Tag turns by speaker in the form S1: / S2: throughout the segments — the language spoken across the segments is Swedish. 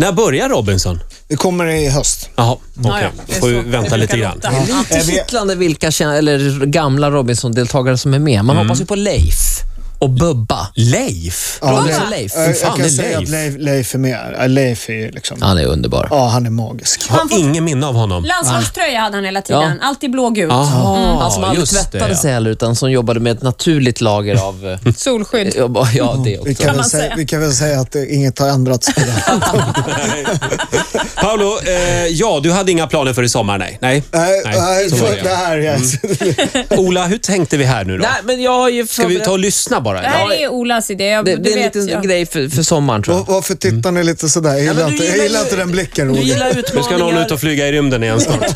S1: När börjar Robinson?
S2: Det kommer i höst.
S1: Jaha, okej.
S3: ja, det
S1: Då
S3: är
S1: får vi
S3: så.
S1: vänta
S3: Det
S1: lite
S3: brukar
S1: grann.
S3: låta.
S4: Det är lite
S2: Eh, vi-
S4: kittlande vilka kän- eller gamla Robinson-deltagare som är med. Man hoppas ju på Leif och Bubba.
S1: Leif?
S4: Robinson
S2: Leif-
S4: Leif.
S2: Eh,
S1: Hur
S2: Jag
S1: fan
S2: kan
S1: är
S2: säga att
S1: Leif?
S2: Leif, Leif är med. Eh, Leif är ju liksom...
S4: Han är underbar.
S2: Ja, han är magisk.
S1: Jag har ingen minne av honom.
S3: Landslagströja hade han hela tiden.
S4: Ja.
S3: Alltid blågult.
S1: Jaha,
S4: han som aldrig
S1: just det.
S4: tvättade
S1: ja.
S4: sig heller, utan som jobbade med ett naturligt lager av... eh,
S3: Solskydd.
S4: ja, ja, det
S2: Vi
S4: också.
S2: kan, väl
S3: man
S2: säga,
S3: säga.
S2: vi kan väl säga att eh, inget har ändrats på det.
S1: Paolo, eh, ja, du hade inga planer för i sommar, nej? Nej,
S2: Nej, nej,
S1: så var
S2: för,
S1: det,
S2: det
S1: ja.
S2: här är...
S1: Ola, hur tänkte vi här nu då?
S4: Nej, men jag har ju
S1: Ska vi
S4: förberett-
S1: ta och lyssna bara?
S3: Det
S1: eller?
S3: här är Olas idé. Jag,
S4: det,
S3: du
S4: det är en
S3: vet,
S4: liten
S3: jag.
S4: grej för, för sommaren, tror jag.
S2: Var- Varför tittar ni lite sådär? Jag
S4: Ja,
S2: gillar,
S4: men du
S2: inte,
S4: gillar
S2: jag gillar
S4: ju-
S2: inte den blicken,
S4: Du
S2: Roger.
S4: gillar
S1: Nu ska någon
S4: utmaningar,
S1: ut och flyga i rymden igen snart.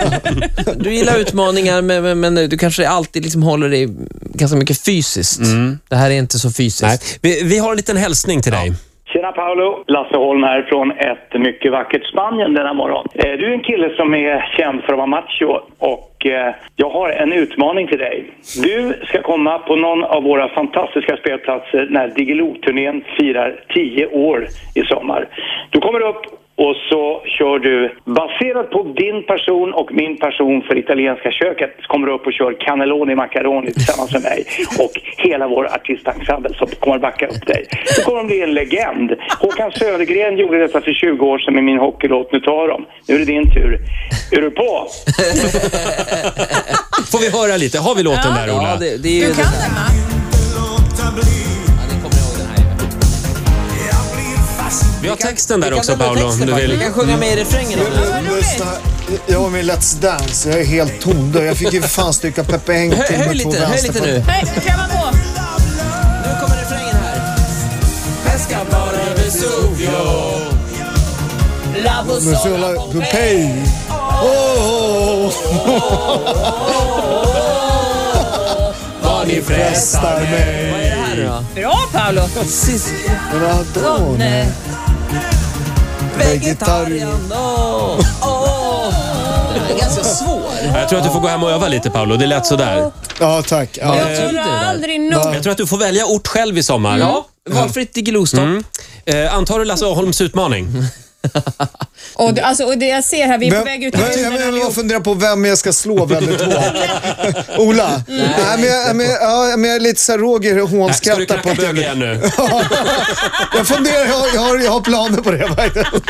S4: du gillar utmaningar men, men, men du kanske alltid liksom håller dig ganska mycket fysiskt. Det här är inte så fysiskt.
S1: Nej, vi, vi har en liten hälsning till dig.
S5: Tjena Paolo! Lasse Holm här från ett mycket vackert Spanien denna morgon. Eh, Du är en kille som är känd för att vara macho och eh, jag har en utmaning till dig. Du ska komma på någon av våra fantastiska spelplatser när Diggiloo-turnén firar 10 år i sommar. Du kommer upp och så kör du, baserat på din person och min person för italienska köket, så kommer du upp och kör cannelloni macaroni tillsammans med mig och hela vår artistensemble som kommer backa upp dig. Du kommer bli en legend. Håkan Södergren gjorde detta för 20 år sedan med min hockeylåt Nu tar dem. Nu är det din tur. Är du på?
S1: Får vi höra lite? Har vi låten där, Ola?
S4: Ja, det, det är ju
S3: Du kan den va?
S1: Vi har texten där
S4: Vi kan
S1: också,
S4: lämna
S1: Paolo, om
S4: texten
S1: du
S4: faktiskt.
S1: vill.
S4: Vi kan sjunga med i refrängen.
S2: Mm.
S4: om du vill.
S2: Lyssna, jag var med i Let's Dance. Jag är helt tondöv. Jag fick ju för fan stryka Peppe Eng
S4: Hö-
S2: till
S4: Höj
S2: med två
S4: lite, höj lite
S2: vänsterfötter.
S4: nu.
S3: Nej, kan man gå?
S4: Nu kommer refrängen här. Pescamore Vesuvio Lavo
S2: Men så jävla- Pompeji.
S4: var ni
S2: Frestar mig.
S4: Vad är det här nu då?
S3: Bra Paolo!
S2: Radone.
S3: Nej.
S4: Vegetarian. Oh, oh. Den här är ganska svår.
S1: Jag tror att du får gå hem och öva lite, Paolo. Det lät sådär.
S2: Ja, tack. Ja.
S3: Jag tror
S4: det där.
S3: aldrig nog.
S1: Jag tror att du får välja ort själv i sommar.
S4: Ja, valfritt Diggelostopp.
S1: Eh, antar du Lasse Holms utmaning?
S3: Och, det- alltså, och det jag ser här, vi är på
S2: Vem,
S3: väg
S2: vem,
S3: ut i rymden
S2: jag, jag
S3: allihop.
S2: funderar på vem jag ska slå väldigt hårt. Ola? Nej, men jag, men, jag- ja, men jag är lite såhär Roger
S1: Nej, Ska du
S2: hånskrattar på
S1: knacka
S2: att
S1: bög
S2: jag,
S1: igen nu?
S2: jag funderar, jag, har- jag, har, jag har planer på det. verkligen.